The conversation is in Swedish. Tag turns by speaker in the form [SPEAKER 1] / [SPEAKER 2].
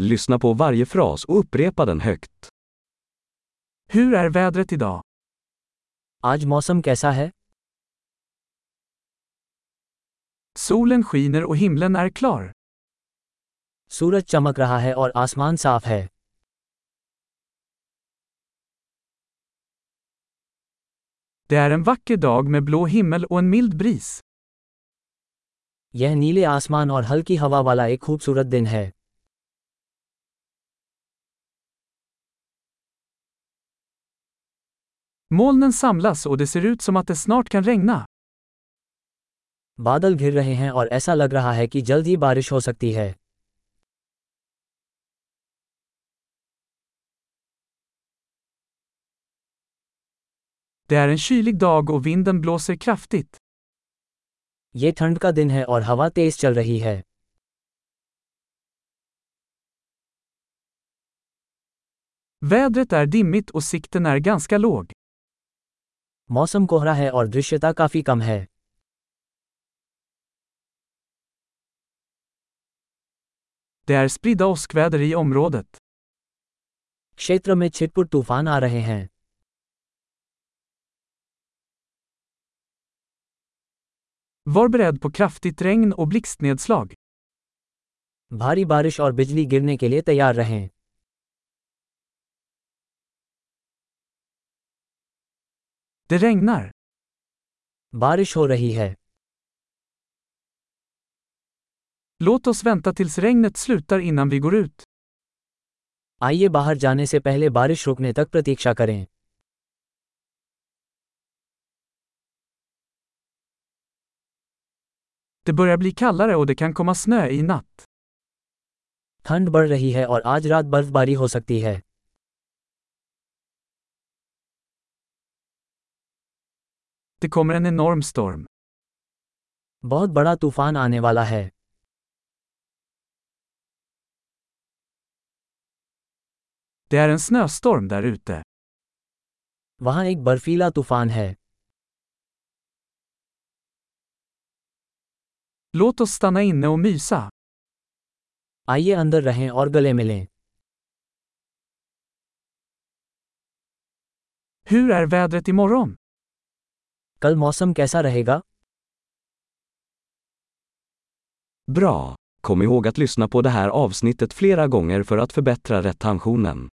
[SPEAKER 1] Lyssna på varje fras och upprepa den högt.
[SPEAKER 2] Hur är vädret idag?
[SPEAKER 3] आज मौसम कैसा है
[SPEAKER 2] Solen skiner och himlen är klar.
[SPEAKER 3] सूरज चमक रहा है और आसमान साफ है
[SPEAKER 2] Det är en vacker dag med blå himmel och en mild bris.
[SPEAKER 3] यह नीले आसमान और हल्की हवा वाला एक खूबसूरत दिन है
[SPEAKER 2] Molnen samlas och det ser ut som att det snart kan regna.
[SPEAKER 3] बादल घिर रहे हैं और ऐसा लग रहा है कि जल्द ही बारिश हो सकती है
[SPEAKER 2] Det är en kylig dag och vinden blåser kraftigt.
[SPEAKER 3] ये ठंड का दिन है और हवा तेज चल रही है
[SPEAKER 2] Vädret är dimmigt och sikten är ganska låg.
[SPEAKER 3] मौसम कोहरा है और दृश्यता काफी कम है
[SPEAKER 2] Det är spridda åskväder i området.
[SPEAKER 3] क्षेत्र में छिटपुट तूफान आ रहे हैं
[SPEAKER 2] Var beredd på kraftigt regn och blixtnedslag.
[SPEAKER 3] भारी बारिश और बिजली गिरने के लिए तैयार रहें
[SPEAKER 2] Det regnar.
[SPEAKER 3] बारिश हो रही है
[SPEAKER 2] Låt oss vänta tills regnet slutar innan vi går ut.
[SPEAKER 3] आइए बाहर जाने से पहले बारिश रुकने तक प्रतीक्षा करें
[SPEAKER 2] Det börjar bli kallare och det kan komma snö i natt.
[SPEAKER 3] ठंड बढ़ रही है और आज रात बर्फबारी हो सकती है
[SPEAKER 2] Det kommer en enorm storm.
[SPEAKER 3] बहुत बड़ा तूफान आने वाला है
[SPEAKER 2] Det är en snöstorm där ute.
[SPEAKER 3] वहाँ एक बर्फीला तूफान है
[SPEAKER 2] Låt oss stanna inne och mysa.
[SPEAKER 3] आइए अंदर रहें और गले मिलें
[SPEAKER 2] Hur är vädret imorgon?
[SPEAKER 3] कल मौसम कैसा रहेगा
[SPEAKER 1] Bra! Kom ihåg att lyssna på det här avsnittet flera gånger för att förbättra retentionen.